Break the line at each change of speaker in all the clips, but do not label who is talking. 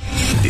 The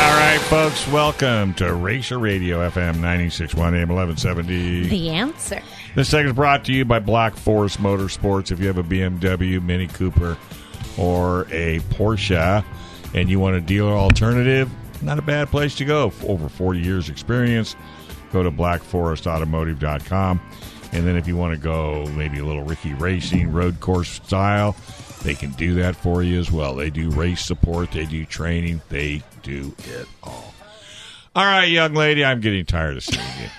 right, folks, welcome to Racer Radio FM 961 AM 1170.
The answer.
This segment is brought to you by Black Forest Motorsports. If you have a BMW, Mini Cooper, or a Porsche and you want a dealer alternative, not a bad place to go. Over 40 years experience, go to blackforestautomotive.com. And then if you want to go maybe a little Ricky Racing, road course style, they can do that for you as well. They do race support, they do training, they do it all. All right, young lady, I'm getting tired of seeing you.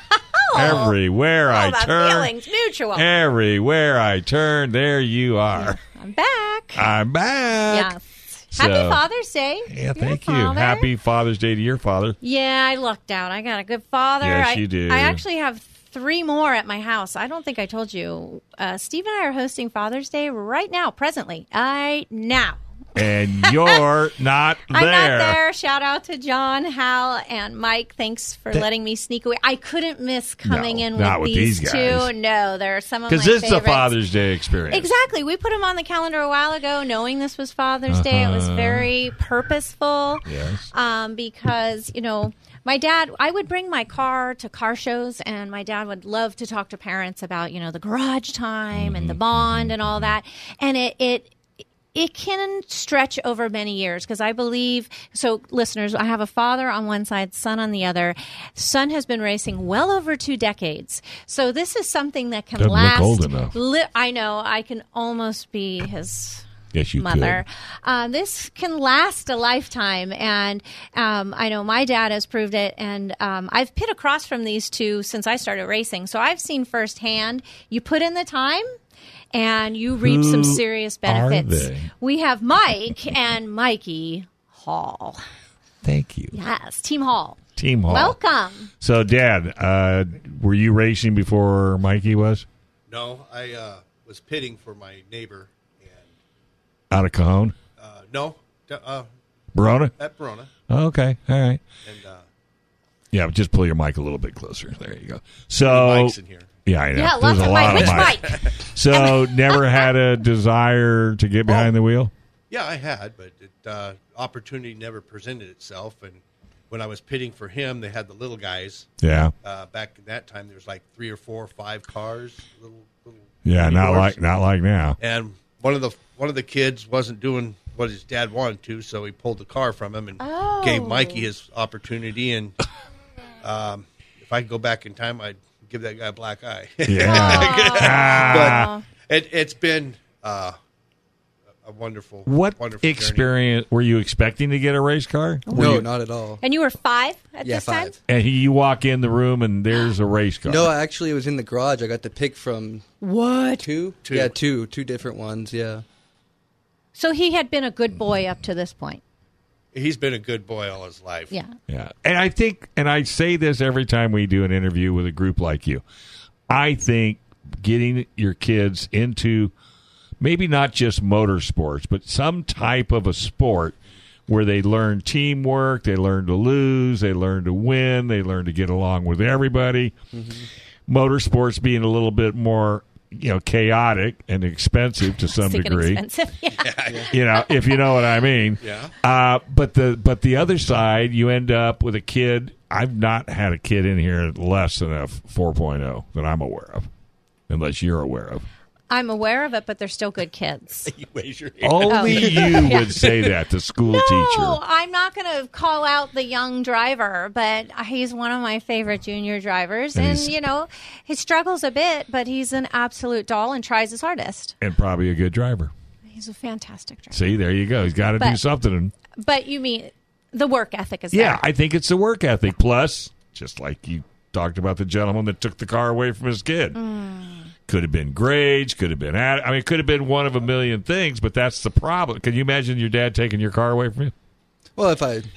Everywhere I
All about
turn,
Oh, feelings, mutual.
Everywhere I turn, there you are.
I'm back.
I'm back.
Yes. Happy
So-
Father's Day.
Yeah,
You're a
thank you.
father.
Happy Father's Day to your father.
Yeah, I lucked out. I got a good father.
Yes,
I,
you do.
I actually have three more at my house. I don't think I told you. Uh, Steve and I are hosting Father's Day right now, presently. I now.
And you're not there.
I'm not there. Shout out to John, Hal, and Mike. Thanks for letting me sneak away. I couldn't miss coming
No,
in
not
with
with these guys.
two. No, there are some of my
Because this is a
favorites.
Father's Day experience.
Exactly. We put him on the calendar a while ago, knowing this was Father's Day. It was very purposeful.
Yes.
Um, because, you know, my dad, I would bring my car to car shows, and my dad would love to talk to parents about, you know, the garage time and the bond and all that. And it, it, it can stretch over many years because I believe so. Listeners, I have a father on one side, son on the other. Son has been racing well over two decades, so this is something that can
Doesn't look
last.
old enough.
Li- I know I can almost be his
Yes, you
mother.
could.
Uh, this can last a lifetime, and um, I know my dad has proved it. And um, I've pit across from these two since I started racing, so I've seen firsthand. You put in the time. And you reap some
Who
serious
are
benefits.
they?
We have Mike and Mikey Hall.
Thank you.
Yes, Team Hall.
Team Hall.
Welcome.
So, Dad, uh, were you racing before Mikey was?
No, I uh, was pitting for my neighbor, and
Out of Cajon?
uh, no, d- uh,
Verona? Oh,
at Verona,
Okay. All right.
and uh,
Yeah, just pull your mic a little bit closer. There you go. So,
Mike's in here.
yeah, I know.
Yeah,
There's
lots
a
of
lot
Mike. Which
of mics.
Mike?
So, never had a desire to
Oh.
get behind the wheel?
yeah, I had, but it, uh, opportunity never presented itself. And when I was pitting for him, they had the little guys.
Yeah.
Uh, back in that time, there was like three or four, or five cars, little, little
Yeah,
mini
not
cars.
like not like now.
And one of the one of the kids wasn't doing what his dad wanted to, so he pulled the car from him and
Oh.
gave Mikey his opportunity. And um, if I could go back in time, I'd give that guy a black eye.
Yeah. Ah.
Oh.
it, it's been uh, a wonderful,
what
wonderful journey.
experience were you expecting to get a race car? Were
No,
you-
not at all.
And you were five at
Yeah,
this
five.
time?
And he, you walk in the room and there's a race car.
No, actually, it was in the garage. I got to pick from
What?
two,
Two.
yeah, two, two different ones. Yeah,
So he had been a good boy up to this point.
He's been a good boy all his life.
Yeah.
yeah. And I think, and I say this every time we do an interview with a group like you. I think getting your kids into maybe not just motorsports, but some type of a sport where they learn teamwork, they learn to lose, they learn to win, they learn to get along with everybody.
Mm-hmm.
Motorsports being a little bit more, you know, chaotic and expensive to some
Sick and
degree.
expensive. Yeah.
you know, if you know what I mean.
Yeah.
Uh, but the but the other side, you end up with a kid. I've not had a oh kid in here less than a 4.0 that I'm aware of, unless you're aware of.
I'm aware of it, but they're still good kids.
You raise your hand.
Only you would say that, the school
Oh. No,
teacher.
I'm not going to call out the young driver, but he's one of my favorite junior drivers.
And
And,
he's-
you know, he struggles a bit, but he's an absolute doll and tries his hardest.
And probably a good driver.
He's a fantastic driver.
See, there you go. He's got to do
But-
something.
But you mean the work ethic is
Yeah,
there.
I think it's the work ethic. Plus, just like you talked about the gentleman that took the car away from his kid.
Mm.
Could have been grades, could have been, at, I mean, it could have been one of a million things, but that's the problem. Can you imagine your dad taking your car away from you?
Well, if I had a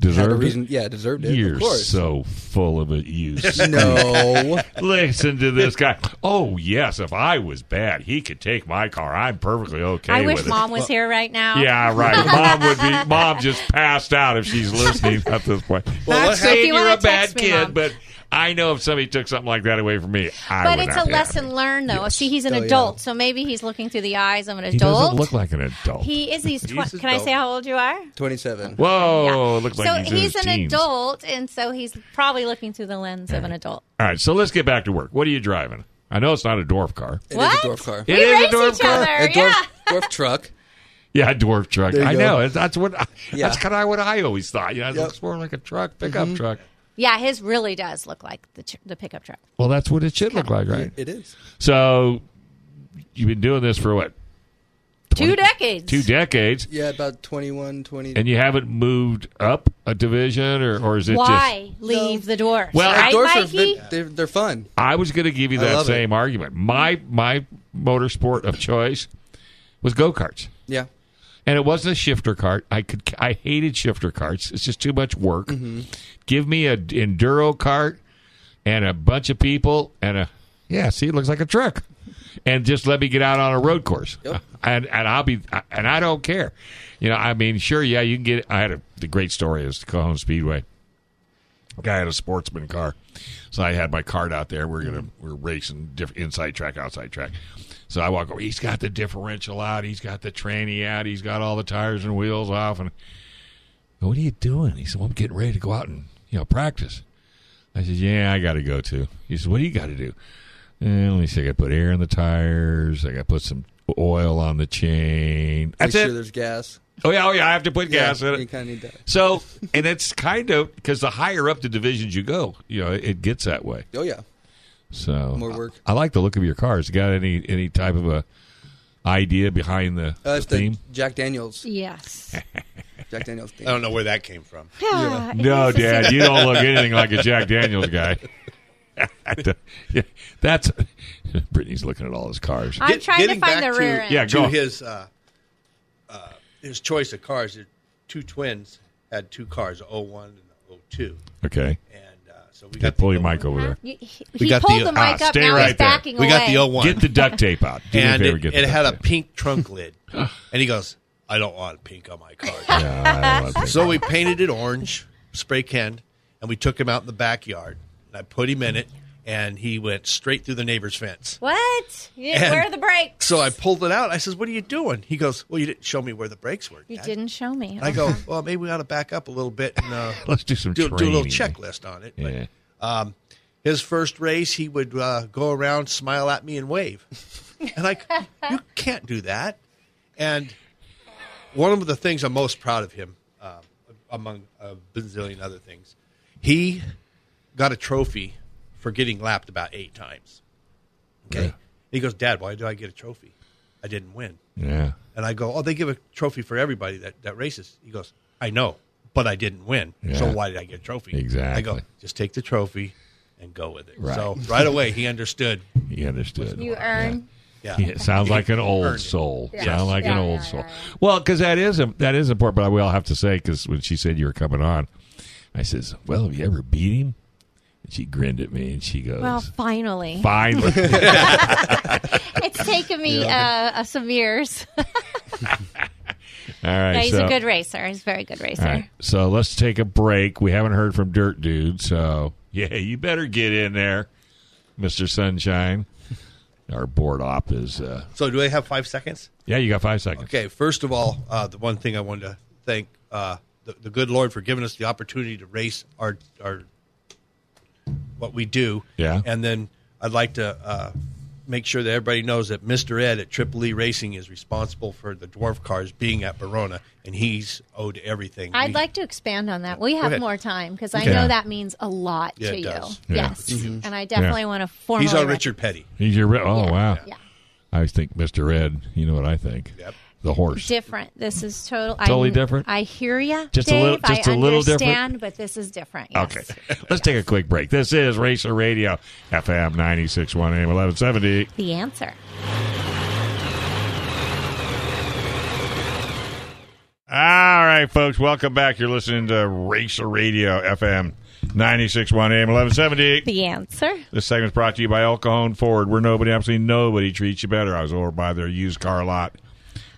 Deserved
reason,
it?
yeah, deserved it.
You're
of course.
so full of it, you.
no.
Listen to this guy. Oh, yes, if I was bad, he could take my car. I'm perfectly okay
I
with
wish
it.
mom was here right now.
Yeah, right. Mom would be. Mom just passed out if she's listening at this point.
Well, what
Not
hap- If
saying
you
you're a
wanna
bad
text me,
kid,
Mom.
but I know if somebody took something like that away from me, I
But
would
it's
not
a
be
lesson
happy.
learned, though. See, he's an
Oh, yeah.
adult, so maybe he's looking through the eyes of an adult.
He doesn't look like an adult.
He is. He's. Tw-
He's
can I
adult.
say how old you are?
27.
Whoa, looks
so
like he's, in his
an
teens.
adult, and so he's probably looking through the lens of an adult.
All right, so let's get back to work. What are you driving? I know it's not a dwarf car.
It is
What?
a dwarf car.
It
we
is a
raise
dwarf
each
car.
other.
A dwarf,
yeah.
dwarf truck.
Yeah, dwarf truck.
There you
I
go.
know. That's what.
Yeah.
That's kind of what I always thought. You know, it
Yep. Mm-hmm.
looks more like a truck, pickup truck.
Yeah, his really does look like the, tr- the pickup truck.
Well, that's what it should look like, right?
It is.
So, you've been doing this for what? 20
Two decades.
Two decades.
Yeah, about 21, 20.
and you haven't moved up a division, or, or is it just?
Why leave the dwarfs?
Well,
right,
Dwarfs are,
Mikey?
they're- they're, they're fun.
I was going to give you
I
that
love it.
same argument. My my motorsport of choice was go karts,
Yeah.
and it wasn't a shifter cart. I could I hated shifter carts. It's just too much work. Give me a enduro cart and a bunch of people and a yeah. See, it looks like a truck, and just let me get out on a road course. And and I'll be and I don't care. You know, I mean, sure, yeah, you can get. I had a the great story is the Cajon Speedway. guy had a sportsman car, so I had my cart out there. We're gonna we're racing diff- inside track, outside track. So I walk over. He's got the differential out. He's got the tranny out. He's got all the tires and wheels off. And I go, what are you doing? He said, well, I'm getting ready to go out and you know practice. I said, yeah, I got to go too. He said, what do you got to do? Eh, let me see. I got to put air in the tires. I got to put some oil on the chain. That's
Make
it.
sure there's gas.
Oh yeah, oh yeah. I have to put gas
yeah,
in it.
You kind of need that.
So, and it's kind of because the higher up the divisions you go, you know, it gets that way.
Oh, yeah.
So
More work.
I, I like the look of your cars. You got any any type of a idea behind the,
Uh,
the
it's
theme?
the Jack Daniels.
yes.
Jack Daniels theme.
I don't know where that came from.
Yeah,
no,
he's a
Dad, you don't look anything like a Jack Daniels guy. yeah, that's Brittany's looking at all his cars.
I'm
Get-
trying to
getting
find
back
the rear end.
Yeah, go
to
on.
his uh, uh, his choice of cars. there- Two twins had two cars, a 01 and a 02.
okay,
and uh, so we
yeah,
got
pull
the
your mic over there.
You- He,
We
he
got
pulled
the-
the,
ah,
mic up.
stay
Now
right
he's
there.
backing
We
away.
got the 01.
Get the duct tape out. Do me
and
a favor,
it,
get
it
the
had a
duct tape.
pink trunk lid, and he goes, "I don't want pink on my car."
Yeah, I don't want
so we painted it orange, spray can, and we took him out in the backyard. And I put him in it, and he went straight through the neighbor's fence.
What? You didn't
And
wear the brakes.
So I pulled it out. I says, "What are you doing?" He goes, "Well, you didn't show me where the brakes were."
you
Dad."
didn't show me.
I go, "Well, maybe we ought to back up a little bit and uh,
Let's do some
do, do a little
training.
checklist on it." But,
Yeah.
um, his first race, he would uh, go around, smile at me, and wave. And I, you can't do that. And one of the things I'm most proud of him, um, among a bazillion other things, he got a trophy for getting lapped about eight times. Okay.
Yeah.
He goes, Dad, why do I get a trophy? I didn't win.
yeah.
And I go, Oh, they give a trophy for everybody that, that races. He goes, I know, but I didn't win. So
Yeah.
why did I get a trophy? I go,
Exactly.
just take the trophy and go with it.
Right.
So right away he understood.
He understood.
you
Yeah.
earn.
Yeah.
Yeah, it sounds like an
Earned
old
it.
soul.
Yeah.
Sound like an
Yeah,
old
yeah,
soul.
yeah, yeah.
Well, because that is that is important. But I will have to say, because when she said you were coming on, I says, "Well, have you ever beat him?" And she grinned at me and she goes,
Well, finally,
"Finally."
it's taken me uh, uh, some years.
All right,
No, he's
so,
a good racer. He's a very good racer.
All right, so let's take a break. We haven't heard from Dirt Dude, so yeah, you better get in there, Mister Sunshine. Our board op is uh,
So do I have five seconds?
yeah. You got five seconds.
Okay, first of all, uh, the one thing I wanted to thank uh, the, the good Lord for giving us the opportunity to race our our what we do.
Yeah.
And then I'd like to uh, make sure that everybody knows that Mr. Ed at Triple E Racing is responsible for the dwarf cars being at Verona, and he's owed everything.
I'd
We-
like to expand on that. We
ahead.
have more time because I
Okay.
know that means a lot
Yeah,
to
it
you.
does.
Yeah.
Yes, and I definitely want to formally.
He's our
rec-
uh, Richard Petty.
He's your re- oh
Yeah,
wow.
yeah.
I think Mr. Ed. You know what I think?
Yep.
The horse.
Different. This is total.
Totally
I,
different?
I hear you,
Just a
Dave.
little- just
I
a little different?
understand, but this is different. Yes.
Okay. Let's take a quick break. This is Racer Radio, FM 961 AM 1170.
The answer.
All right, folks, welcome back. You're listening to Racer Radio, FM 961 AM 1170.
The answer.
This segment's brought to you by El Cajon Ford, where nobody, absolutely nobody treats you better. I was over by their used car lot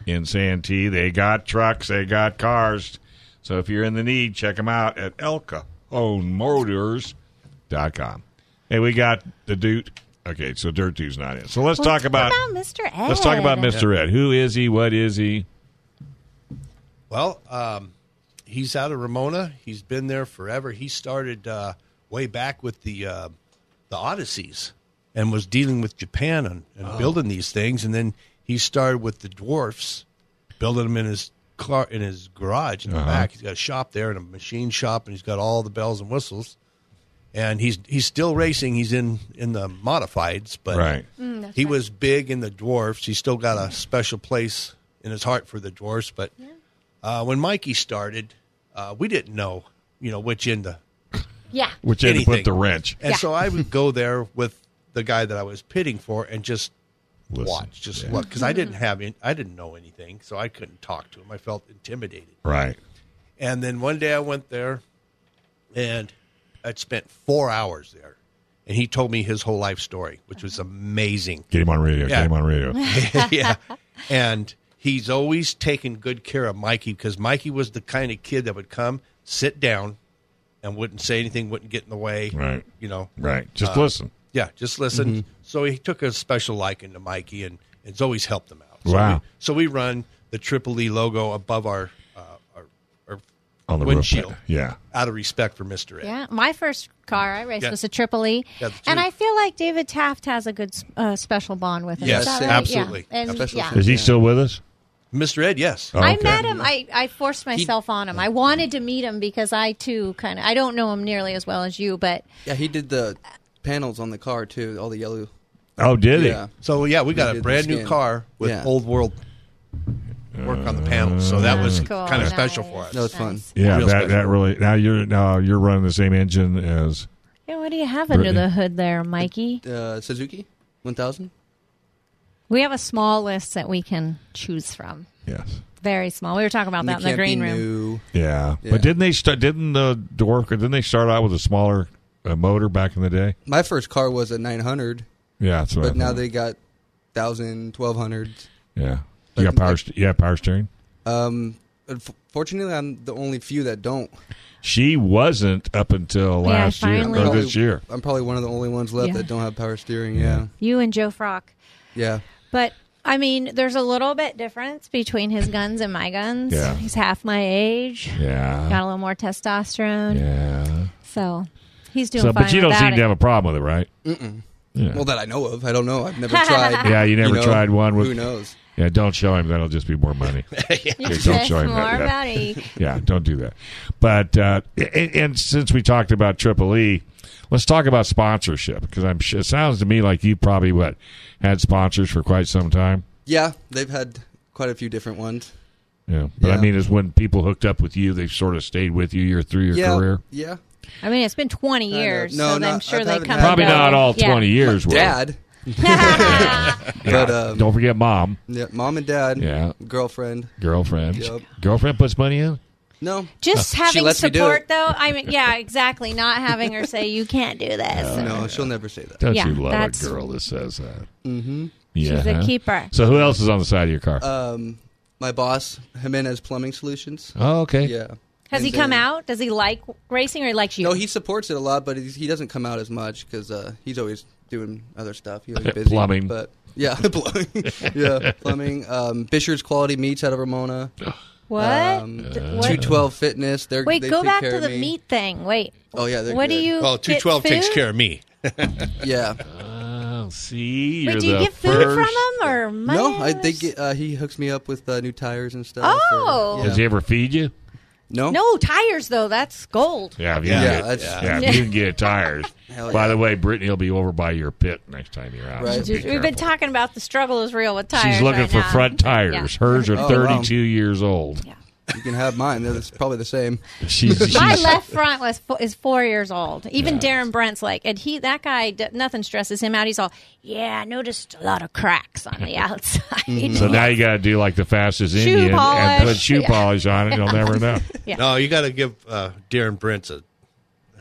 in Santee. They got trucks, they got cars. So if you're in the need, check them out at elcajonmotors.com. Hey, we got the dude. Okay, so Dirt Dude's not in. So let's
Well,
talk about,
Mr. Ed.
let's talk about Mr. Ed. Who is he? What is he?
Well, um, he's out of Ramona. He's been there forever. He started uh, way back with the uh, the Odysseys and was dealing with Japan and, and building these things. And then he started with the dwarfs, building them in his car in his garage in the back. He's got a shop there and a machine shop, and he's got all the bells and whistles. And he's he's still racing. He's in in the modifieds, but
Right.
he was big in the dwarfs. He's still got a special place in his heart for the dwarfs. But uh, when Mikey started, uh, we didn't know, you know, which end to.
Yeah.
Which end put
Anything.
the wrench.
And
Yeah.
so I would go there with the guy that I was pitting for and just
Listen.
watch, just look, because I didn't have, any, I didn't know anything, so I couldn't talk to him. I felt intimidated.
Right.
And then one day I went there, and I'd spent four hours there, and he told me his whole life story, which was amazing.
Get him on radio. Get
Yeah.
him on radio.
yeah. And he's always taken good care of Mikey because Mikey was the kind of kid that would come, sit down, and wouldn't say anything, wouldn't get in the way.
Right.
You know. Uh,
Right. Just listen.
Yeah, just listen. So he took a special liking to Mikey and it's always helped them out. So
Wow.
We, so we run the Triple E logo above our uh, our, our
On the
windshield.
roof. Yeah.
Out of respect for Mr. Ed.
Yeah, my first car I raced
Yeah.
was a Triple E,
Yeah, the
and
two.
I feel like David Taft has a good uh, special bond with him.
Yes,
Is that right?
absolutely.
Yeah. And,
Special
yeah.
friend.
Is he still with us?
Mr. Ah. Ed, yes.
Oh,
I
okay.
met him. I, I forced myself on him. I wanted to meet him because I too kind of I don't know him nearly as well as you, but
Yeah, he did the panels on the car too, all the yellow.
Oh, did
Yeah.
So yeah, we got
did
a
the
brand new
skin.
car with
Yeah.
old world work on the panels. So that was
That's cool.
kind of special
Nice.
for us.
That was fun.
he? Yeah.
Real
That
special.
that really. Now you're now you're running the same engine as.
yeah, what do you have under
Brittany.
the hood there, Mikey?
Uh, Suzuki 1000.
We have a small list that we can choose from.
Yes.
Very small. We were talking about
And
that in
they
the
can't be
green room.
new.
Yeah.
Yeah.
But didn't they start? Didn't the dwarf? Didn't they start out with a smaller uh, motor back in the day?
My first car was a 900,
Yeah. That's what I
but now
thought.
they got 1000, 1200s.
Yeah. You got
But-
power. St- yeah, power steering.
Um, unf- fortunately, I'm the only few that don't.
She wasn't up until
Yeah,
last year
finally.
or
Probably-
this year.
I'm probably one of the only ones left
Yeah.
that don't have power steering. Yeah.
You and Joe Frock.
Yeah.
But I mean, there's a little bit difference between his guns and my guns.
Yeah.
He's half my age. Got a
Yeah.
little more testosterone.
Yeah.
So he's doing
So,
fine.
but you don't
without
seem
it.
to have a problem with it, right?
Well, that I know of. I don't know. I've never tried.
Yeah, you never
know,
tried one with-
Who knows?
Yeah, don't show him. That'll just be more money.
You
Okay,
said more
Yeah.
about it.
Yeah, don't do that. But uh, and, and since we talked about Triple E, let's talk about sponsorship because I'm sure it sounds to me like you probably what had sponsors for quite some time.
Yeah, they've had quite a few different ones.
Yeah, but I
Yeah.
mean, is when people hooked up with you, they sort of stayed with you year through your
yeah.
career.
Yeah.
I mean, it's been 20
know.
years,
No,
so
not-
I'm sure
I
they
haven't
come.
had-
Probably
and go.
not all
Yeah.
twenty years. were.
Dad.
Yeah.
But um,
don't forget mom,
yeah, mom and dad.
Yeah.
Girlfriend.
girlfriend.
Yep.
Girlfriend puts money in.
No.
Just having
lets me do
support,
it.
though. I mean, yeah, exactly. Not having her say you can't do this.
No, she'll never say that.
Don't
Yeah,
you love
that's-
a girl that says that? Mm-hmm. Yeah,
She's a
huh?
keeper.
So who else is on the side of your car?
Um, my boss, Jimenez Plumbing Solutions.
oh, okay.
Yeah.
Has he
And
come
then-
out? Does he like racing or he likes you?
No, he supports it a lot, but he's, he doesn't come out as much because uh, he's always doing other stuff. He's always busy.
Uh, Plumbing.
But yeah, plumbing. yeah, plumbing. Um, Fisher's Quality Meats out of Ramona.
what?
Um,
D- what?
Two twelve fitness. They're,
Wait,
they
go
take
back
care
to
of
the
me.
meat thing. Wait.
Oh, yeah, they're
What do
good.
you?
Well,
get
212 takes
food?
care of me.
Yeah,
See,
Wait,
you're
do you
the
get food from
first-
him or money?
No, I
or
they
s-
get, uh, he hooks me up with uh, new tires and stuff. or-
Oh.
yeah.
Does he ever feed you?
no,
no tires though. That's gold.
Yeah, if you
Yeah,
can get,
that's-
yeah, if you can get tires.
Hell
By
yeah.
the way, Brittany will be over by your pit next time you're out.
Right.
so be
We've been
careful.
talking about the struggle is real with tires.
She's looking
right
for
now.
front tires. Hers are
Oh, wow.
32 years old.
Yeah.
You can have mine. That's probably the same.
She's,
My
she's-
left front was fo- is four years old. Even Darren Brent's like, and he that guy d- nothing stresses him out. He's all, yeah, I noticed a lot of cracks on the outside.
So now you got to do like the fastest Indian and
polish.
put shoe
Yeah.
polish on it. You'll never know.
No, you got to give uh, Darren Brent's a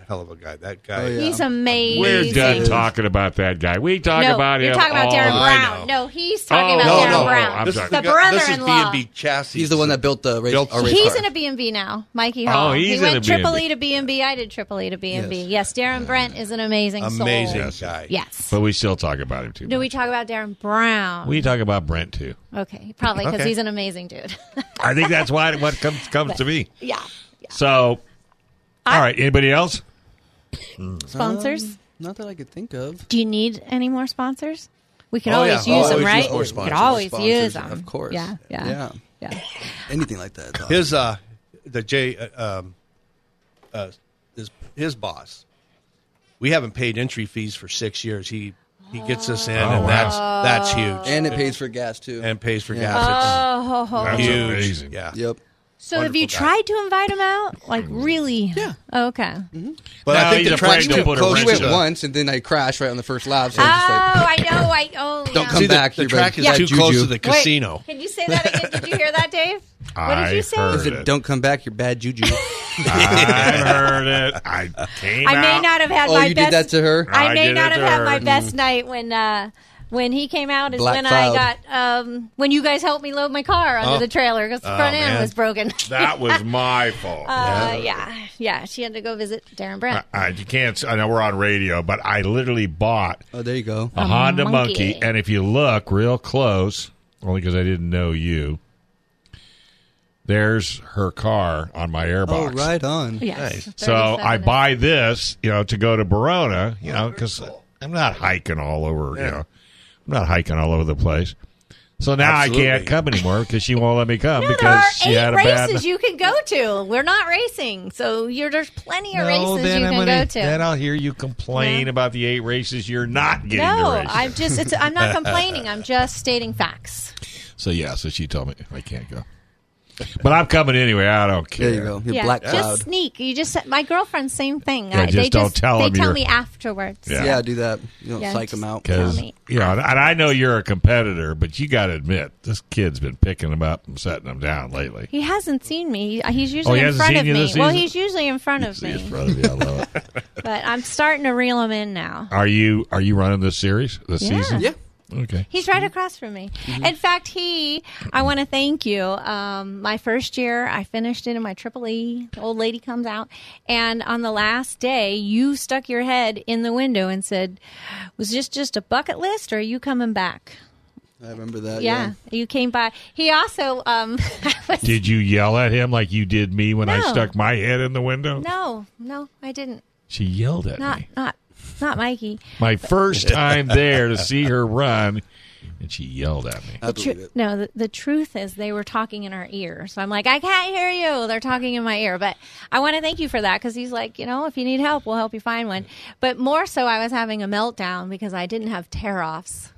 hell of a guy. That guy.
Oh, yeah.
He's amazing.
We're done talking about that guy. We talk
no,
about
you're
him.
talking about
all
Darren
night.
Brown. No, he's talking
Oh,
about
no,
Darren
no,
Brown.
I'm
This is
sorry.
the
guy-
brother-in-law.
This is B&B chassis.
He's the one that built the race.
Built-
our race
He's
car.
in a B&B now, Mikey
Oh,
Hall.
he's
he went
in a
triple
B&B.
E to B&B. I did triple E to B&B. Yes, Darren Brent is an amazing soul.
amazing guy.
Yes.
But we still talk about him too.
Do we
much.
talk about Darren Brown?
We talk about Brent too.
okay, probably because
Okay.
he's an amazing dude.
I think that's why what comes comes to me.
yeah.
Um, So, all right. Anybody else?
Sponsors?
Not that I could think of.
Do you need any more sponsors? We could
Oh,
always
yeah.
use
Always
them, right?
use more
we could
sponsors.
always
Sponsors,
use them.
Of course.
Yeah. Yeah.
Yeah.
yeah.
Anything like that. though.
His uh, the J, uh, um, uh, his his boss. We haven't paid entry fees for six years. He he gets us
Oh,
in, and
wow.
that's that's huge.
and it pays for gas too.
and pays for
Yeah.
gas.
Oh, ho, ho.
It's
That's
huge.
amazing.
Yeah.
yep.
so have you
Wonderful guy.
tried to invite him out? Like,
Mm.
really? Yeah. Okay.
Mm-hmm.
But
No,
I think
he's
the
afraid
track's
to
too
put a
close
We
to
wrench in
went
it.
the-
once and then I crashed right on the first lap. So
Oh,
I was just like,
I know. I oh.
Don't
yeah.
come
See, the,
back,
the
you're
track is
bad
too
juju.
close to the
Wait.
casino.
Can you say that again? Did you hear that, Dave? What did
I
you say?
heard
Is it, don't come back, you're bad juju.
I heard it. I came.
I may
out.
not have had
oh,
my
you
best.
did that to her?
I
I
may
did
not
it
have
to
had
her.
my best night when uh, when he came out is
Black
when
cloud.
I got um, when you guys helped me load my car under
Oh.
the trailer because the front end
man.
was broken.
That was my fault.
Uh, yeah, yeah. She had to go visit Darren Brent.
I, you can't. I know we're on radio, but I literally bought
Oh, there you go.
a, Honda monkey.
monkey.
and if you look real close, only because I didn't know you, there's her car on my
Oh,
airbox.
right on.
yes.
So I
37.
buy this, you know, to go to Barona, you know, because I'm not hiking all over, you know, I'm not hiking all over the place. So now I can't
Absolutely.
come anymore because she won't let me come
No, there
because
are
she had
eight
a
races
bad.
you can go to. We're not racing, so you're there's plenty
no,
of races you
then I'm
can
gonna,
go to.
Then I'll hear you complain about the eight races you're not getting. to
no,
race.
I'm just it's, I'm not complaining. I'm just stating facts.
So yeah, so she told me I can't go, but I'm coming anyway. I don't care.
There you go. You're
yeah,
black
just
cloud.
sneak. You just said my girlfriend. Same thing.
Yeah,
I- they
just don't tell
They
them
tell
you're-
me afterwards.
Yeah.
Yeah, do that. You don't
Yeah,
psych them
just-
out.
Because
Tell me.
you know, and and I know you're a competitor, but you got to admit this kid's been picking them up and setting them down lately.
He hasn't seen me. He- He's
Oh, he
usually in
hasn't
front
seen
of
you
me.
this
Well,
season?
he's usually in front of
See, it's
me,
probably- I love it.
but I'm starting to reel him in now.
Are you are you running this series this
Yeah.
season?
Yeah.
Okay.
He's right across from me. In fact, he, I want to thank you. Um, my first year, I finished it in my triple E. The old lady comes out. And on the last day, you stuck your head in the window and said, Was this just a bucket list or are you coming back?
I remember that.
yeah,
Yeah.
you came by. He also, um, I was,
Did you yell at him like you did me when I
No.
stuck my head in the window?
no, no, I didn't.
She yelled at
Not,
me.
not, not Mikey.
My first time there to see her run, and she yelled at me.
I believe
Tru-
it.
no, the, the truth is they were talking in our ear. So I'm like, I can't hear you. They're talking in my ear. But I want to thank you for that because he's like, you know, if you need help, we'll help you find one. But more so, I was having a meltdown because I didn't have tear offs.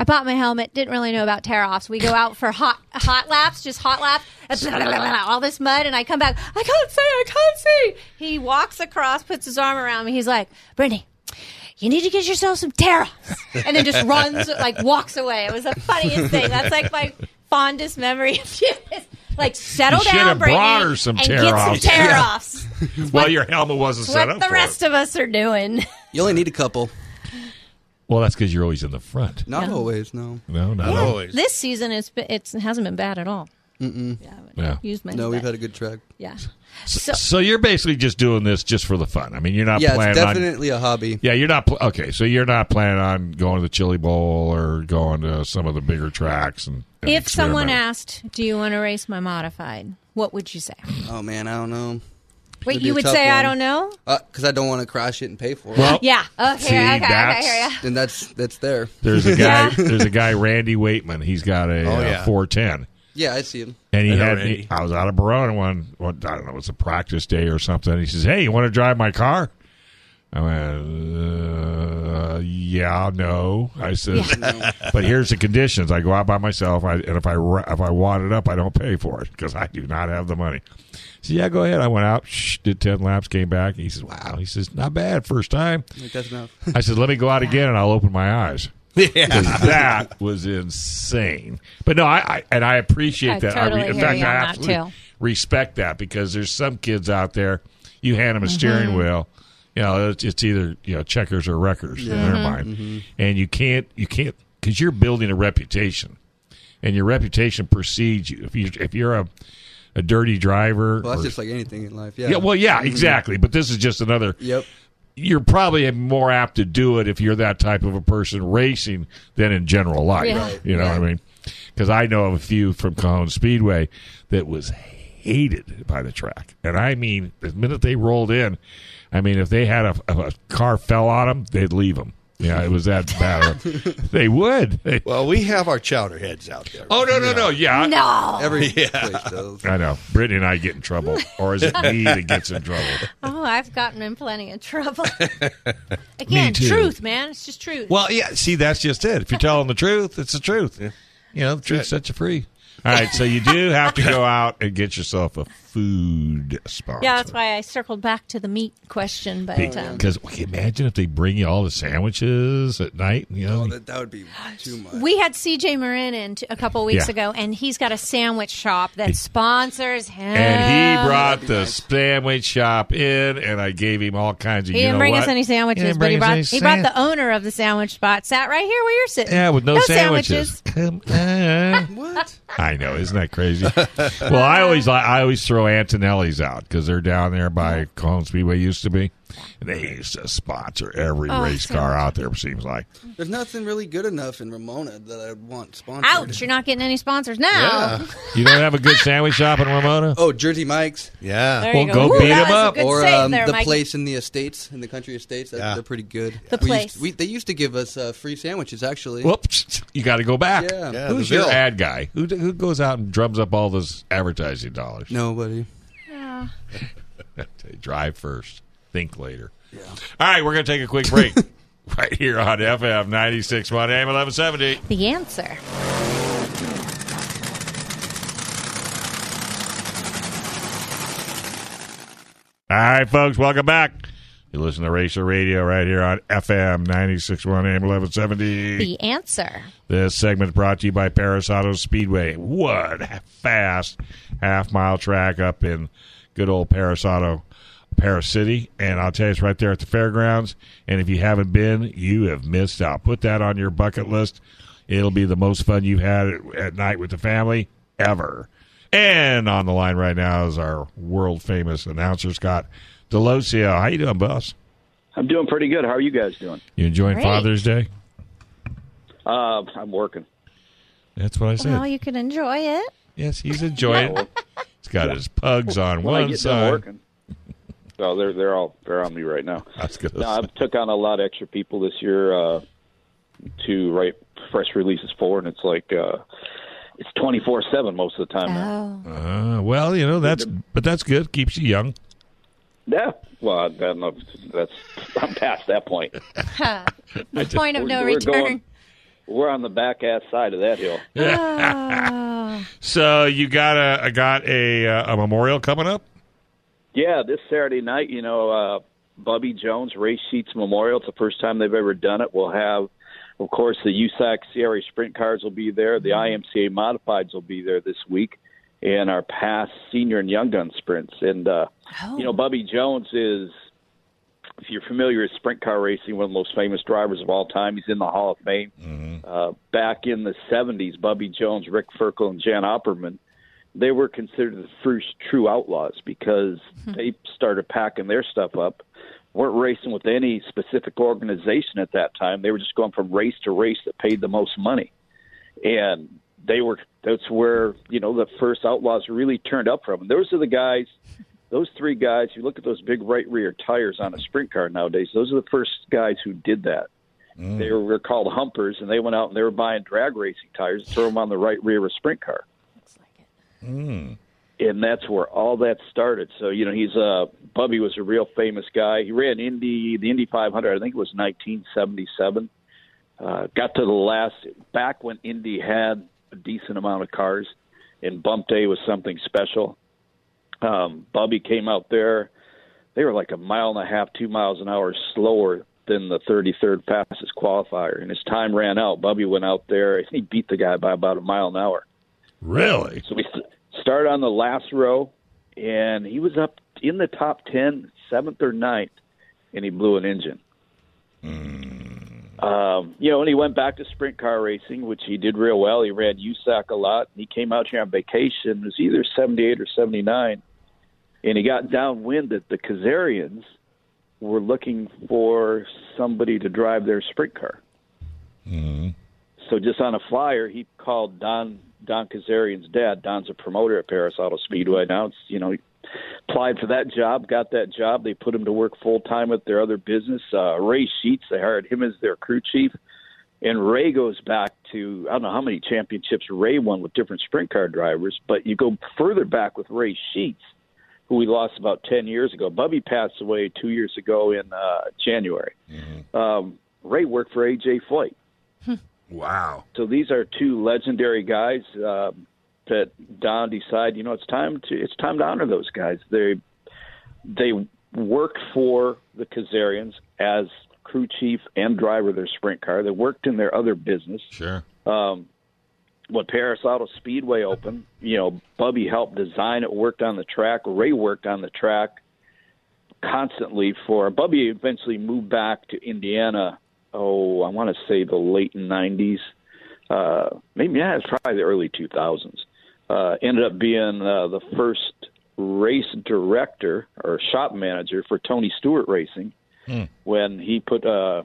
I bought my helmet, didn't really know about tear offs. We go out for hot hot laps, just hot laps, all this mud, and I come back. I can't see, I can't see. He walks across, puts his arm around me. He's like, Brittany, you need to get yourself some tear offs. And then just runs, like walks away. It was the funniest thing. That's like my fondest memory of you. Like, settle
You should
down,
have
Brittany,
brought her some
and
tear-offs.
get some tear offs.
Well, your helmet wasn't set
what
up
the
for
rest
it.
of us are doing.
You only need a couple.
Well, that's because you're always in the front.
Not always, no.
No, not
Yeah.
always.
Always.
This season, it's been, it's, it hasn't been bad at all.
Yeah.
Used my
No, we've had a good track.
yeah.
So, you're basically just doing this just for the fun. I mean, you're not
Yeah,
planning
it's
on.
definitely a hobby.
Yeah, you're not pl- okay. So you're not planning on going to the Chili Bowl or going to some of the bigger tracks. And, and
If someone
experimenting.
asked, "Do you want to race my modified?" What would you say?
Oh man, I don't know.
Wait,
be
you
a
would
tough
say I
one.
don't know?
because I don't want to crash it and pay for it.
Well,
Yeah. Oh, Okay.
Uh, See,
okay. Okay.
that's-
Here you.
and that's that's there.
There's a guy.
Yeah.
There's a guy, Randy Waitman. He's got a
Oh,
uh,
yeah.
410,
Yeah, I see him.
and he
I know
had.
Randy.
I was out of Barona one. one- I don't know. It was a practice day or something. He says, "Hey, you want to drive my car?" I went, uh, "Yeah, no." I said, "But here's the conditions. I go out by myself, I, and if I ru- if I wad it up, I don't pay for it because I do not have the money." So yeah, go ahead. I went out, shh, did ten laps, came back. He says, "Wow." He says, "Not bad, first time."
Like, that's enough.
I said, "Let me go out again, and I'll open my eyes."
Yeah.
'Cause that was insane. But no, I, I and I appreciate
I
that. I
totally
in
hear
fact,
you
I
on that,
absolutely
too.
respect that because there's some kids out there. You hand
Mm-hmm.
them a steering wheel, you know, it's, it's either you know checkers or wreckers in
Mm-hmm.
their mind, and you can't you can't because you're building a reputation, and your reputation precedes you. If you if you're a a dirty driver,
Well, that's
or-
just like Mm-hmm. anything in life. Yeah.
yeah, well, yeah, exactly. But this is just another
Yep.
you're probably more apt to do it if you're that type of a person racing than in general life.
Yeah. Right,
You know what I mean? Because I know of a few from Cajon Speedway that was hated by the track, and I mean, the minute they rolled in, I mean, if they had a, if a car fell on them, they'd leave them. Yeah, it was that bad. they would. They-
Well, we have our chowder heads out there.
oh no, no, no. Yeah, I-
No.
Every place does.
I know. Brittany and I get in trouble, or is it me that gets in trouble?
Oh, I've gotten in plenty of trouble. Again,
too.
truth, man. It's just truth.
Well, yeah. See, that's just it. If you're telling the truth, it's the truth. You know, the truth sets you free. All right, so you do have to go out and get yourself a food sponsor.
yeah, that's why I circled back to the meat question, but um,
Because well, imagine if they bring you all the sandwiches at night. You know,
Oh, that, that would be too much.
we had CJ Marin in t- a couple weeks
Yeah.
ago, and he's got a sandwich shop that sponsors him.
and he brought the sandwich shop in, and I gave him all kinds of.
He
you
didn't
know
bring
what?
us any sandwiches,
didn't
but he
bring us
brought
any
he
san-
brought the owner of the sandwich spot sat right here where you're sitting.
Yeah, with no,
sandwiches.
Come on.
what?
I know, isn't that crazy? well, I always li- I always throw Antonelli's out because they're down there by Cone Speedway used to be, and they used to sponsor every
Oh,
race
so
car
much.
out there. it Seems like
There's nothing really good enough in Ramona that I'd want sponsored.
Ouch! You're not getting any sponsors now.
you don't have a good sandwich shop in Ramona.
Oh, Jersey Mike's
Yeah.
There you
Well, go beat
that
him
was a
up.
good
or
save
um,
there,
the
Mike.
place in the estates, in the country estates. That,
Yeah.
They're pretty good.
The
We used-
place.
we, they used to give us uh, free sandwiches, actually.
Whoops! You got to go back.
Yeah. Yeah,
Who's
the
your
bill.
ad guy? Who, who goes out and drums up all those advertising dollars?
Nobody.
Drive first, think later. Yeah. All right, we're gonna take a quick break right here on FM 96.1 AM eleven seventy.
The answer.
All right, folks, welcome back. You listen to Racer Radio right here on FM 96.1 AM 1170.
The answer.
This segment brought to you by Paris Auto Speedway. What a fast half mile track up in good old Paris Auto, Paris City. And I'll tell you, it's right there at the fairgrounds. And if you haven't been, you have missed out. Put that on your bucket list. It'll be the most fun you've had at- at night with the family ever. And on the line right now is our world famous announcer Scott Delosio. How you doing, boss?
I'm doing pretty good. How are you guys doing?
You enjoying
Great.
Father's Day?
Uh, I'm working.
That's what I said.
Well, Oh, you can enjoy it.
Yes, he's enjoying it. He's got his pugs on
When I
one
get done
side.
working. Well, they're they're all they're on me right now.
I was gonna
No, I
say.
took on a lot of extra people this year uh, to write press releases for, and it's like uh, it's twenty four seven most of the time. now.
Oh,
Uh, well, you know that's but that's good. Keeps you young.
Yeah. Well, I don't know. if That's I'm past that point.
the point of no
we're
return.
going- We're on the back ass side of that hill.
So you got a I got a uh, a memorial coming up.
Yeah, this Saturday night, you know, uh, Bubby Jones Race Sheets Memorial. It's the first time they've ever done it. We'll have, of course, the USAC CRA Sprint Cars will be there. The IMCA Modifieds will be there this week, and our past senior and young gun sprints. And uh, you know, Bubby Jones is, if you're familiar with sprint car racing, one of the most famous drivers of all time. He's in the Hall of Fame. Uh, back in the '70s, Bubby Jones, Rick Ferkel, and Jan Opperman they were considered the first true outlaws because they started packing their stuff up weren't racing with any specific organization at that time they were just going from race to race that paid the most money and they were that's where you know the first outlaws really turned up from and those are the guys those three guys, you look at those big right rear tires on a sprint car nowadays, those are the first guys who did that. They were, were called humpers, and they went out and they were buying drag racing tires and threw them on the right rear of a sprint car.
Looks like it.
and that's where all that started. So you know, he's uh, Bubby was a real famous guy. He ran Indy the Indy 500, I think it was 1977. Uh, got to the last back when Indy had a decent amount of cars, and Bump Day was something special. Um, Bubby came out there; they were like a mile and a half, two miles an hour slower than the 33rd fastest qualifier, and his time ran out. Bubby went out there; and he beat the guy by about a mile an hour.
Really?
So we st- started on the last row, and he was up in the top 10, seventh or ninth, and he blew an engine. Um, you know, and he went back to sprint car racing, which he did real well. He ran USAC a lot. He came out here on vacation. It was either 78 or 79, and he got downwind that the Kazarians were looking for somebody to drive their sprint car. So just on a flyer, he called Don Don Kazarian's dad. Don's a promoter at Paris Auto Speedway. Now it's you know, he applied for that job, got that job. They put him to work full time at their other business. Uh, Ray Sheets, they hired him as their crew chief. And Ray goes back to I don't know how many championships Ray won with different sprint car drivers, but you go further back with Ray Sheets, who we lost about ten years ago. Bubby passed away two years ago in uh, January. Um, Ray worked for AJ Foyt
Wow.
so these are two legendary guys um, that Don decided, you know, it's time to it's time to honor those guys. They they worked for the Kazarians as crew chief and driver of their sprint car. They worked in their other business.
Sure.
When Paris Auto Speedway opened, you know, Bubby helped design it, worked on the track. Ray worked on the track constantly for Bubby eventually moved back to Indiana. Oh, I want to say the late 90s. Uh, maybe, yeah, it's probably the early 2000s. Uh, ended up being uh, the first race director or shop manager for Tony Stewart Racing when he put uh,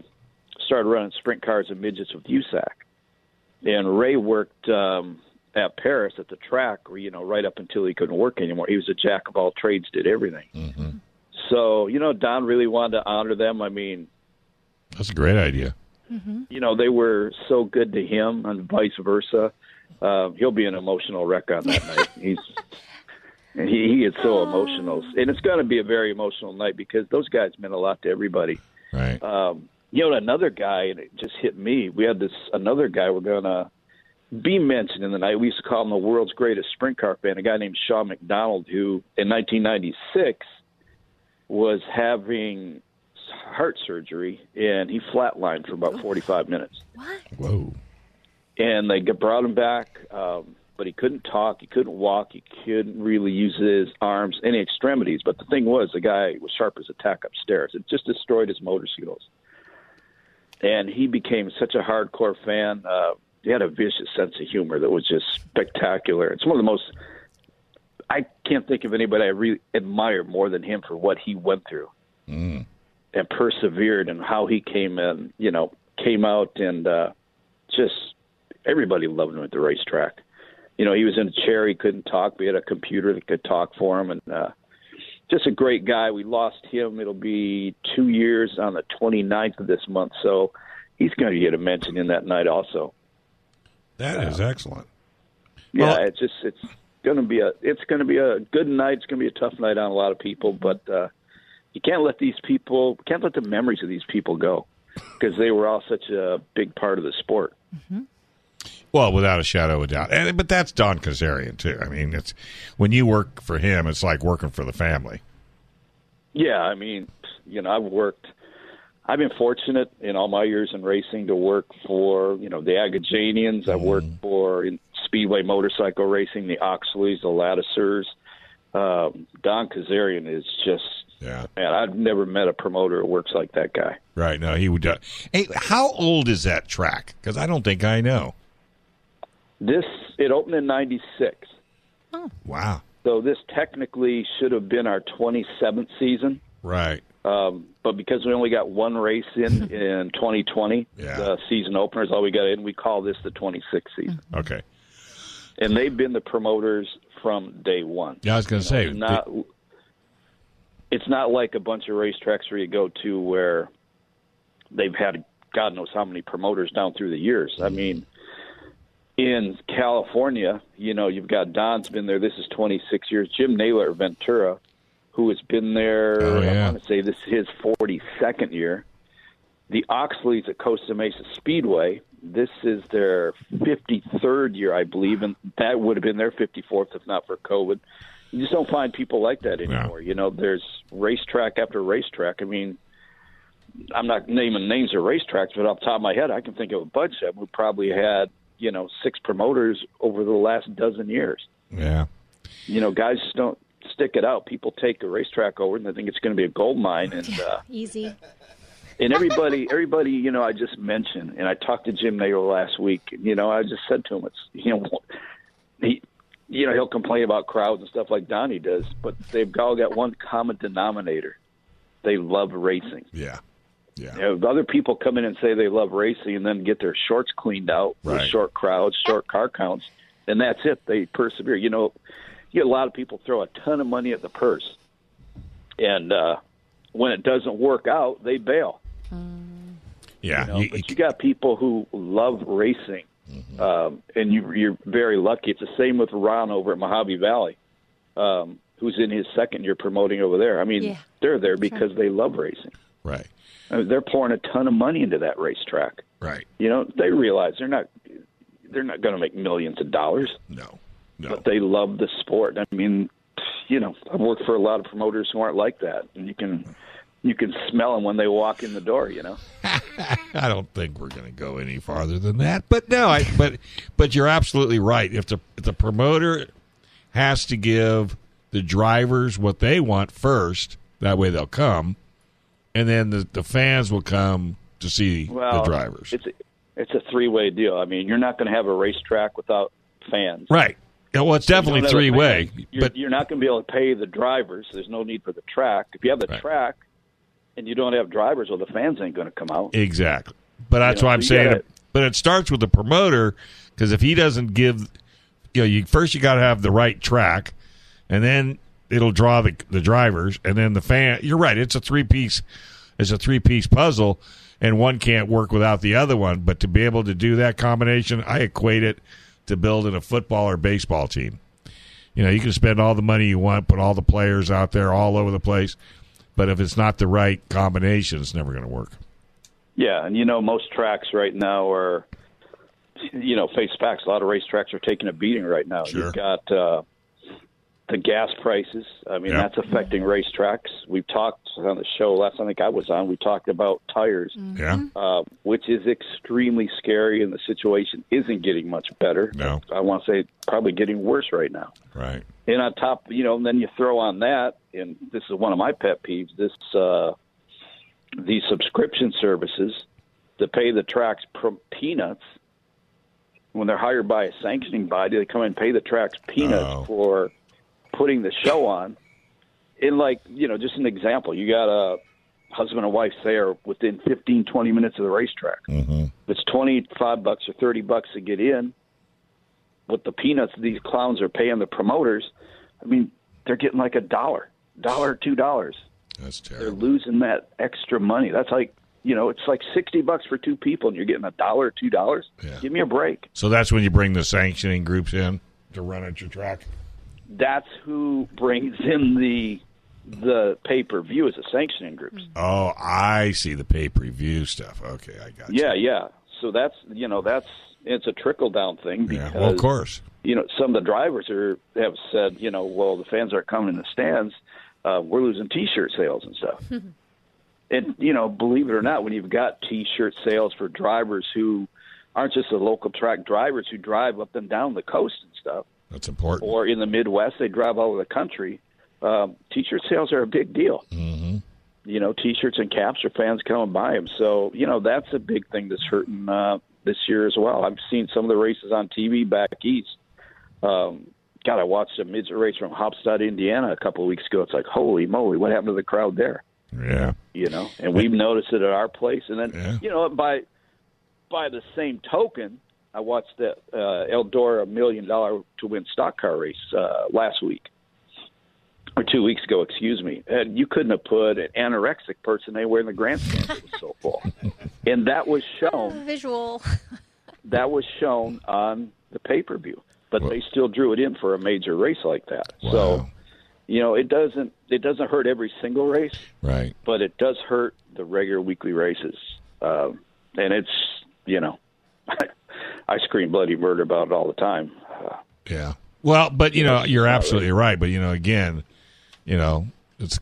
started running sprint cars and midgets with USAC. And Ray worked um, at Paris at the track, where, you know, right up until he couldn't work anymore. He was a jack of all trades, did everything. So, you know, Don really wanted to honor them. I mean,
That's a great idea.
you know, they were so good to him and vice versa. Um, he'll be an emotional wreck on that night. He's and he, he is so emotional. And it's going to be a very emotional night because those guys meant a lot to everybody.
Right.
Um, you know, another guy, and it just hit me. We had this another guy we're going to be mentioned in the night. We used to call him the world's greatest sprint car fan, a guy named Shaw McDonald, who in 1996 was having heart surgery and he flatlined for about 45 minutes
What?
Whoa.
and they got- brought him back, um, but he couldn't talk, he couldn't walk, he couldn't really use his arms, any extremities. But the thing was, the guy was sharp as a tack upstairs. It just destroyed his motor skills, and he became such a hardcore fan. Uh, he had a vicious sense of humor that was just spectacular. It's one of the most. I can't think of anybody I really admire more than him for what he went through and persevered and how he came in, you know, came out and uh, just everybody loved him at the racetrack. You know, he was in a chair, he couldn't talk, but he had a computer that could talk for him, and uh, just a great guy. We lost him. It'll be two years on the 29th of this month, so he's going to get a mention in that night also.
That is excellent.
Yeah,
Well-
it's just it's going to be a it's going to be a good night. It's going to be a tough night on a lot of people, but uh, you can't let these people can't let the memories of these people go because they were all such a big part of the sport.
Well, without a shadow of a doubt. And, but that's Don Kazarian, too. I mean, it's when you work for him, it's like working for the family.
Yeah, I mean, you know, I've worked. I've been fortunate in all my years in racing to work for you know the Agajanians. I worked for in Speedway Motorcycle Racing, the Oxleys, the Latticers. Um, Don Kazarian is just
Yeah.
man. I've never met a promoter who works like that guy.
Right. No, he would. Uh, hey, how old is that track? Because I don't think I know.
This it opened in '96,
Wow.
so this technically should have been our 27th season.
Right.
Um, but because we only got one race in in 2020,
Yeah.
the season opener is all we got in. We call this the 26th season,
Okay.
and they've been the promoters from day one.
Yeah, I was going to say.
Not it's not like a bunch of racetracks where you go to where they've had God knows how many promoters down through the years. I mean, in California, you know, you've got Don's been there. This is 26 years. Jim Naylor of Ventura, who has been there,
oh,
I want to say this is his 42nd year. The Oxleys at Costa Mesa Speedway, this is their 53rd year, I believe, and that would have been their 54th if not for COVID. You just don't find people like that anymore. You know, there's racetrack after racetrack. I mean, I'm not naming names or racetracks, but off the top of my head, I can think of a bunch that we probably had, you know, six promoters over the last dozen years.
Yeah.
You know, guys just don't stick it out. People take the racetrack over and they think it's going to be a gold mine. And uh,
Easy.
and everybody, everybody, you know, I just mentioned, and I talked to Jim Naylor last week. You know, I just said to him, it's you know, he, you know, he'll complain about crowds and stuff like Donnie does, but they've all got one common denominator: they love racing.
Yeah. Yeah.
You know, other people come in and say they love racing and then get their shorts cleaned out
Right.
with short crowds, short car counts, and that's it. They persevere. You know, you get a lot of people throw a ton of money at the purse, and uh, when it doesn't work out, they bail.
Yeah.
You know, but you got people who love racing, um, and you, you're very lucky. It's the same with Ron over at Mojave Valley, um, who's in his second year promoting over there. I mean,
Yeah.
they're there because they love racing.
Right.
I mean, they're pouring a ton of money into that racetrack.
Right.
You know, they realize they're not they're not going to make millions of dollars,
No. No.
but they love the sport. I mean, you know, I've worked for a lot of promoters who aren't like that, and you can you can smell them when they walk in the door. You know,
I don't think we're going to go any farther than that. But no, I but but you're absolutely right. If the if the promoter has to give the drivers what they want first, that way they'll come, and then the, the fans will come to see
well,
the drivers.
It's a, it's a three way deal. I mean, you're not going to have a racetrack without fans.
Right. Yeah, Well, it's
You
definitely
don't have
three
a
way,
pay- You're,
but
you're not going to be able to pay the drivers. There's no need for the track. If you have the
Right.
track and you don't have drivers, well, the fans ain't going to come out.
Exactly. But that's
You know,
what I'm
so you
saying.
gotta-
but it starts with the promoter because if he doesn't give, you know, you first you got to have the right track, and then it'll draw the the drivers, and then the fan. You're right. It's a three piece. It's a three piece puzzle, and one can't work without the other one. But to be able to do that combination, I equate it to building a football or baseball team. You know, you can spend all the money you want, put all the players out there all over the place, but if it's not the right combination, it's never going to work.
Yeah, and you know most tracks right now are, you know, face facts. A lot of racetracks are taking a beating right now.
Sure.
You've got uh, the gas prices. I mean,
Yeah.
that's affecting racetracks. We've talked on the show last. I think I was on. We talked about tires,
Yeah.
uh, which is extremely scary, and the situation isn't getting much better.
No.
I want to say probably getting worse right now.
Right.
And on top, you know, and then you throw on that, and this is one of my pet peeves: this uh, these subscription services that pay the tracks pro- peanuts when they're hired by a sanctioning body, they come and pay the tracks peanuts
Oh.
for putting the show on. And like, you know, just an example, you got a husband and wife there within 15, 20 minutes of the racetrack.
Mm-hmm.
It's 25 bucks or 30 bucks to get in. With the peanuts these clowns are paying the promoters, I mean, they're getting like a dollar, dollar, two dollars.
That's
They're
terrible.
losing that extra money. That's like, you know, it's like 60 bucks for two people and you're getting a dollar, two dollars.
Yeah.
Give me a break.
So that's when you bring the sanctioning groups in to run at your track.
That's who brings in the the pay per view as a sanctioning groups.
Oh, I see the pay per view stuff. Okay, I got
Yeah, yeah. So that's you know that's it's a trickle down thing
you. Yeah.
because
Well, of course.
you know some of the drivers are have said you know well the fans aren't coming in the stands uh, we're losing T-shirt sales and stuff. and you know believe it or not when you've got T-shirt sales for drivers who aren't just the local track drivers who drive up and down the coast and stuff
That's important.
or in the Midwest they drive all over the country. Um, t-shirt sales are a big deal.
mm-hmm.
you know, t-shirts and caps are fans come and buy them. So, you know, that's a big thing that's hurting uh, this year as well. I've seen some of the races on TV back east. Um, God, I watched a midget race from Hopstock, Indiana, a couple of weeks ago. It's like, holy moly, what happened to the crowd there?
Yeah.
You know, and we've noticed it at our place. And then,
Yeah.
you know, by by the same token, I watched the uh, Eldora million dollar to win stock car race uh, last week. or two weeks ago, excuse me, and you couldn't have put an anorexic person anywhere in the grandstand. It was so full, and that was shown.
Visual.
That was shown on the pay per view, but they still drew it in for a major race like that. So, you know, it doesn't it doesn't hurt every single race,
Right.
but it does hurt the regular weekly races, um, and it's you know, I scream bloody murder about it all the time. Uh,
Yeah. Well, but you know, you're absolutely right. But you know, again, you know, it's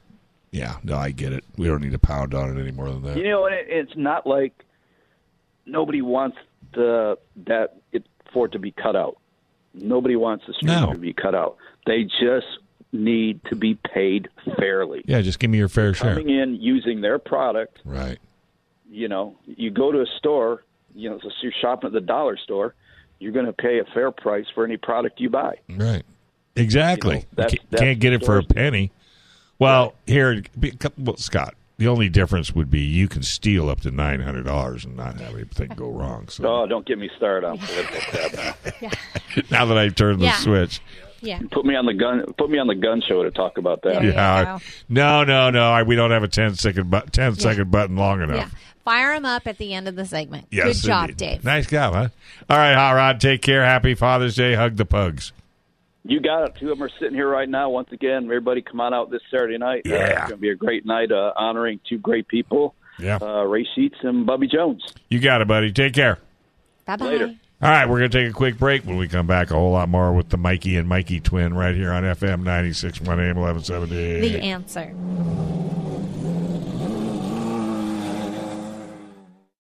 yeah. No, I get it. We don't need to pound on it any more than that.
You know, and it, it's not like nobody wants the that it for it to be cut out. Nobody wants the stream to be cut out. They just need to be paid fairly.
Yeah, just give me your fair share.
Coming in using their product,
Right.
you know, you go to a store, you know, so you're shopping at the dollar store, you're going to pay a fair price for any product you buy.
Right. Exactly.
You know, that's-
You can't-
that's
can't get it for a penny. Well, here, be- well, Scott, the only difference would be you can steal up to nine hundred dollars and not have anything go wrong. So
Oh, don't get me started on political crap.
now that I've turned
Yeah.
the switch,
Yeah.
Put me on the gun. Put me on the gun show to talk about that.
yeah, no, no, no, I, we don't have a 10 second bu- 10 second button long
Yeah.
enough.
Fire him up at the end of the segment.
Yes,
Good job,
indeed.
Dave.
Nice job, huh? All right, Hot Rod, take care. Happy Father's Day. Hug the pugs.
You got it. Two of them are sitting here right now. Once again, everybody come on out this Saturday night. Yeah. it's going to be a great night uh, honoring two great people,
Yeah.
uh, Ray Sheets and Bubby Jones.
You got it, buddy. Take care.
Bye bye.
All right, we're going to take a quick break. When we come back, a whole lot more with the Mikey and Mikey twin right here on FM 961 AM 1170.
The answer.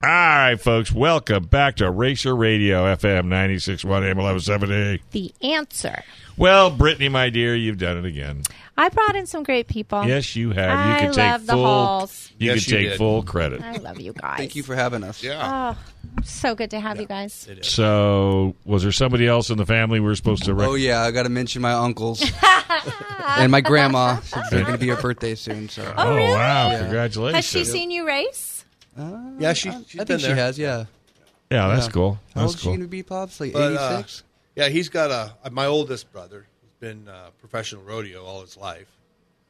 All right, folks, welcome back to Racer Radio FM 961 AM 1170.
The answer.
Well, Brittany, my dear, you've done it again.
I brought in some great people.
Yes, you have.
I
you can
love
take
the
full
halls.
you
Yes,
can
you
take
did.
full credit.
I love you guys.
Thank you for having us.
Oh, so good to have you guys.
So, was there somebody else in the family we were supposed to rec-
Oh yeah, I got to mention my uncles and my grandma. It's going to be her birthday soon. So.
Oh, Oh, really? wow.
Congratulations.
Has she seen you race?
yeah, she.
I think she has. Yeah.
Yeah, that's
Yeah.
cool.
How old
That's
is she
cool.
going to be, pops? Like
But, uh,
eighty-six.
yeah, he's got a my oldest brother. He's been uh, professional rodeo all his life,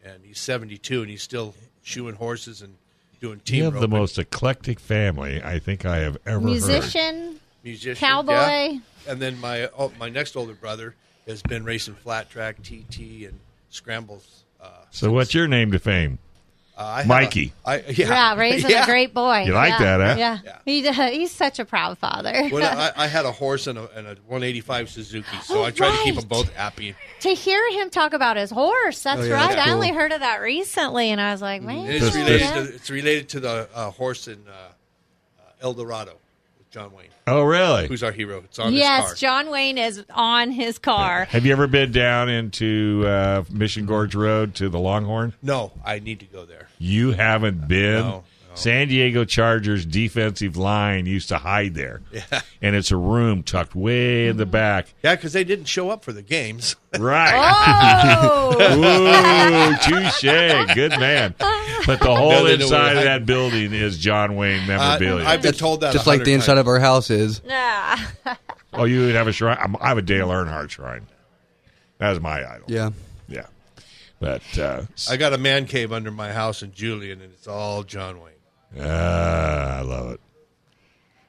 and he's seventy two, and he's still shoeing horses and doing team.
You have the
roping.
most eclectic family I think I have ever heard.
Musician,
musician,
cowboy.
yeah. And then my oh, my next older brother has been racing flat track, TT, and scrambles. Uh,
So, what's your name to fame?
uh, I have
Mikey.
A, I, yeah,
Yeah, raising
Yeah.
a great boy.
You like
Yeah,
that, huh?
Yeah. He, he's such a proud father.
Well, I, I had a horse and a, and a 185 Suzuki, so I tried to keep them both happy.
to hear him talk about his horse, that's
Oh, yeah,
right.
that's
I
cool.
only heard of that recently, and I was like, man.
And it's related. To, it's related to the uh, horse in uh, uh, El Dorado with John Wayne.
Oh, really?
Who's our hero? It's on his
yes,
car.
John Wayne is on his car.
Have you ever been down into uh, Mission Gorge Road to the Longhorn?
No, I need to go there.
You haven't been. San Diego Chargers defensive line used to hide there.
Yeah.
And it's a room tucked way in the back.
Yeah, because they didn't show up for the games.
Right.
Oh!
Ooh, touche. Good man. But the
No,
whole
they know
inside of
where I-
that building is John Wayne memorabilia.
I've been told that
Just like the inside of our house is.
oh, you would have a shrine? I'm, I have a Dale Earnhardt shrine. That was my idol.
Yeah.
Yeah. But uh,
I got a man cave under my house in Julian, and it's all John Wayne.
Ah, I love it.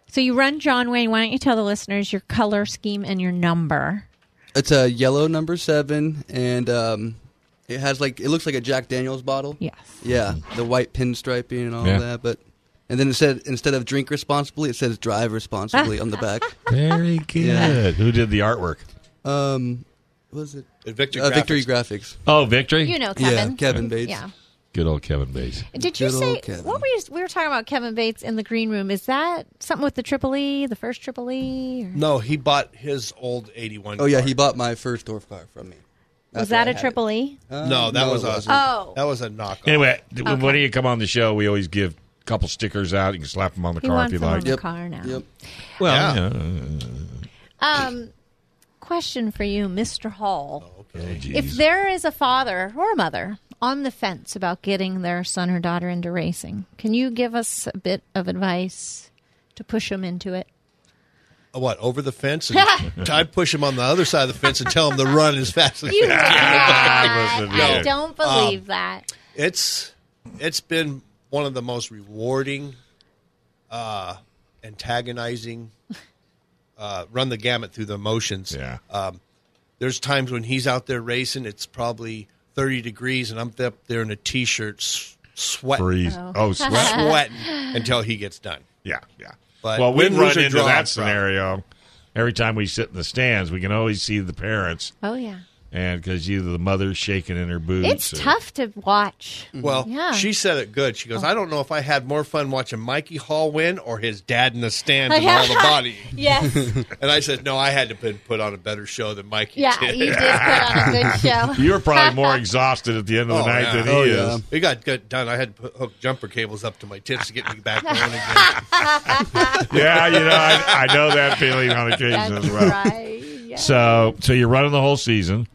So you run John Wayne. Why don't you tell the listeners your color scheme and your number?
It's a yellow number seven, and um, it has like it looks like a Jack Daniels bottle.
Yes.
Yeah, the white pinstriping and all
Yeah.
that. But and then it said instead of drink responsibly, it says drive responsibly on the back.
Very good. Who did the artwork?
Um, what was it
At Victory
Uh,
Graphics.
Victory Graphics.
Oh, Victory?
You know Kevin.
Yeah, Kevin Bates.
Yeah.
Good old Kevin Bates.
Did you
Good
say
old Kevin.
what were you? We were talking about Kevin Bates in the green room. Is that something with the Triple E, the first Triple E? Or,
No, he bought his old 81.
Oh yeah,
car.
he bought my first dwarf car from me.
was
After
that
I
a
had
Triple E?
it. Uh,
no, that
no,
was
it
a
wasn't.
Oh.
that was a knockoff.
Anyway, th- when you come on the show, we always give a couple stickers out. You can slap them on the
He
car
wants
if you
them
like.
on the car now.
Yep.
Well,
Yeah.
you know,
Um, question for you, Mr. Hall.
oh, geez.
If there is a father or a mother on the fence about getting their son or daughter into racing, can you give us a bit of advice to push them into it?
Uh, what over the fence, and I'd push him on the other side of the fence and tell him to run as fast as
You
he
would
can.
not. I don't believe that.
it's it's been one of the most rewarding uh antagonizing uh run the gamut through the emotions yeah um there's times when he's out there racing it's probably 30 degrees and i'm up there in a t-shirt s- sweating
Freeze. Oh. Oh, sweat.
sweating until he gets done
Yeah, yeah.
but
well, we
win,
run
lose, or
into
draw,
that
it's probably-
scenario every time we sit in the stands. We can always see the parents,
Oh yeah,
and because either the mother's shaking in her boots.
it's
or-
tough to watch.
Well,
yeah.
she said it good. She
Oh.
goes, I don't know if I had more fun watching Mikey Hall win or his dad in the stands and all the body.
Yes.
and I said, no, I had to put, put on a better show than Mikey
Yeah,
did.
you did put on a good show.
You're probably more exhausted at the end of the
Oh,
night
yeah.
than he
Oh,
is.
yeah. It got good done. I had to put, hook jumper cables up to my tits to get me back going again.
yeah, you know, I, I know that feeling on occasion
That's
as well.
right. Yeah.
So, so you're running the whole season.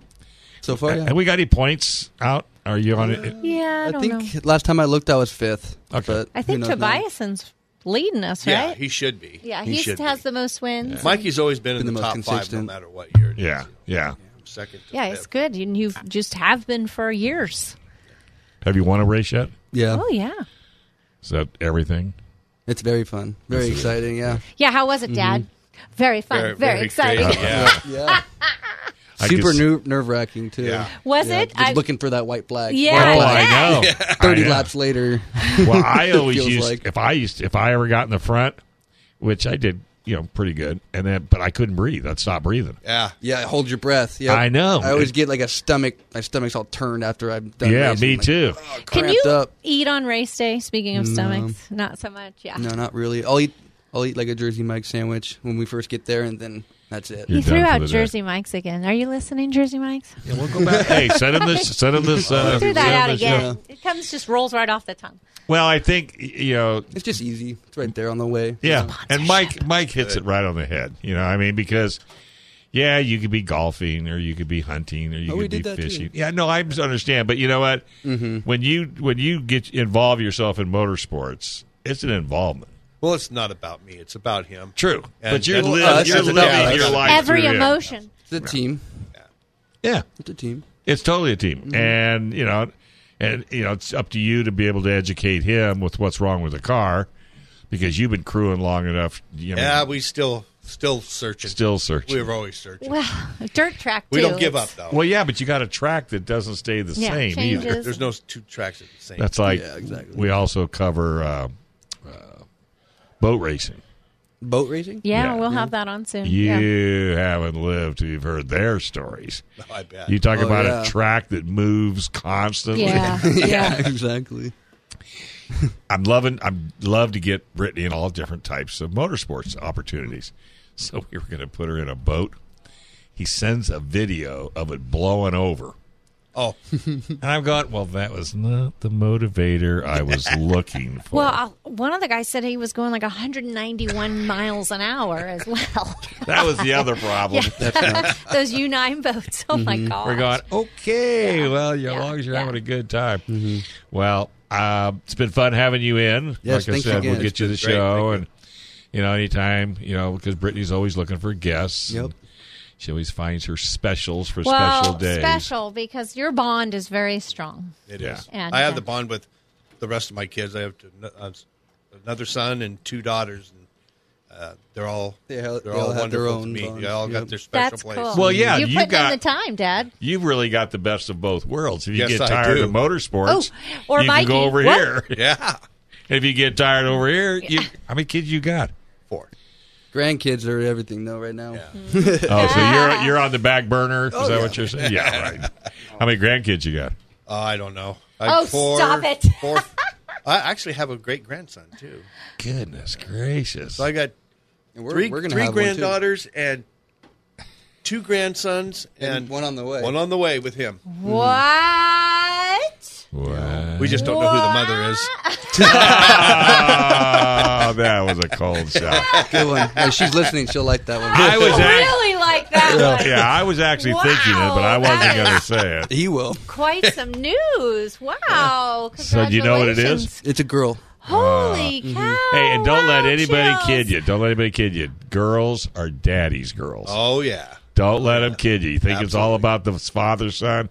So far, yeah.
Have we got any points out? Are you on it?
Yeah, I,
I
don't know.
think last time I looked, I was fifth. Okay. But
I
who
think
knows now?
Tobiason's leading us,
Yeah,
right?
he should be.
yeah,
he
he
should
has
be.
the most wins. Yeah,
Mikey's always been,
Been
in the,
the
top
most
five, no
consistent.
matter what year. it is.
Yeah, yeah.
second. To
it's
fifth.
good. You, you just have been for years.
Have you won a race yet?
Yeah,
Oh yeah,
Is that everything?
it's very fun, very exciting. Yeah,
yeah. How was it, Dad? Very fun. Very, exciting.
crazy, Yeah.
yeah.
I
Super
guess-
ner- nerve wracking too.
Yeah.
Was
Yeah,
it?
Just looking for that white flag.
Yeah.
White
Oh,
flag.
I know.
Thirty
I know.
laps later.
Well, I always
Feels
used
like.
if I used if I ever got in the front, which I did, you know, pretty good, and then but I couldn't breathe. I'd stop breathing.
Yeah.
Yeah, hold your breath. Yeah,
I know.
I always
It-
get like a stomach. My stomach's all turned after I'm done.
yeah,
racing,
me
like,
too.
Can you
cramped up.
eat on race day? Speaking of stomachs, not so much. Yeah.
No, not really. I'll eat. I'll eat like a Jersey Mike sandwich when we first get there, and then that's it.
You're
He threw
done for
out
the day.
Jersey Mike's again. Are you listening, Jersey Mike's?
hey, send him this. Send him this. Uh,
Threw that
send him
out
this,
again.
yeah.
It comes just rolls right off the tongue.
Well, I think y- you know.
It's just easy. It's right there on the way.
Yeah, and Mike Mike hits it right on the head. You know, I mean, because yeah, you could be golfing or you could be hunting or you
Oh, we
could be
did that, too. Mm-hmm.
fishing. Yeah, no, I understand, but you know what? When you when you get involve yourself in motorsports, it's an involvement.
Well, it's not about me. It's about him.
True,
And
but you're,
that's-
li-
uh, that's-
you're
that's-
living
yeah,
your
that's-
life.
Every
through him.
emotion.
It's a team.
yeah,
It's a team.
it's totally a team,
Mm-hmm.
and you know, and you know, it's up to you to be able to educate him with what's wrong with the car because you've been crewing long enough. You know,
Yeah, we still still searching.
still searching.
We're always searching.
Well, dirt track. Too.
we don't give up
It's-
though.
Well, yeah, but you got a track that doesn't stay the
Yeah,
same
changes.
either.
There's no two tracks at the same.
That's like
Yeah, exactly.
we also cover uh, uh, boat racing.
Boat racing.
Yeah,
Yeah.
we'll have that on soon. Yeah.
You haven't lived till you've heard their stories.
time, I bet.
You talk
Oh,
about
yeah.
a track that moves constantly.
Yeah. yeah.
exactly.
I'm loving. I'm love to get Brittany in all different types of motorsports opportunities. So we were going to put her in a boat. He sends a video of it blowing over.
oh,
And I'm going, well, that was not the motivator I was looking for.
Well, I'll, one of the guys said he was going like 191 miles an hour as well.
that was the other problem.
Those U9 boats. Oh my god.
We're going, okay, well, as long as you're
yeah.
having a good time.
Mm-hmm.
Well, uh, it's been fun having you in.
Yes,
like I
thanks
said,
again.
we'll get
It's
you the
been great.
show.
Thank
and, you know, anytime, you know, because Brittany's always looking for guests.
Yep.
and She always finds her specials for
well,
special days.
special because your bond is very strong.
it is.
Yeah.
And,
I have
uh,
the bond with the rest of my kids. I have to, uh, another son and two daughters, and uh, they're all
They
are
all-
all
they all have their
wonderful to
own
me.
bonds,
They all
yep.
got their special
That's
place.
cool.
Well, yeah,
you
you
put
got-
in the time, Dad.
You've really got the best of both worlds. If you
Yes,
get
I
tired
do.
of motorsports,
Oh, or
you can
Mikey.
go over
What?
here.
Yeah,
If you get tired over here, you, how many kids you got?
four.
Grandkids are everything though. Right now.
Oh, so you're you're on the back burner. Is
Oh,
that what you're saying? Yeah, right. How many grandkids you got?
Uh, I don't know. I,
Oh, stop it.
four- I actually have a great grandson too.
Goodness gracious!
So I got
And we're,
3
we're gonna
three
have One too.
granddaughters and two grandsons and,
And one on the way.
One on the way with him.
What?
Wow.
We just don't know who the mother is.
Ah, that was a cold shot.
Good one. Yeah, she's listening. She'll like that one.
I was act-
really like that one.
yeah, I was actually
Wow,
thinking it, but I wasn't
that
going to
is-
say it.
He will.
Quite some news. Wow.
So do you know what it is?
Congratulations.
It's a girl.
Holy
Mhm.
cow!
Hey, and don't let anybody
chills.
kid you. Don't let anybody kid you. Girls are daddy's girls.
Oh, yeah.
Don't let them kid you. You think it's all about the father son?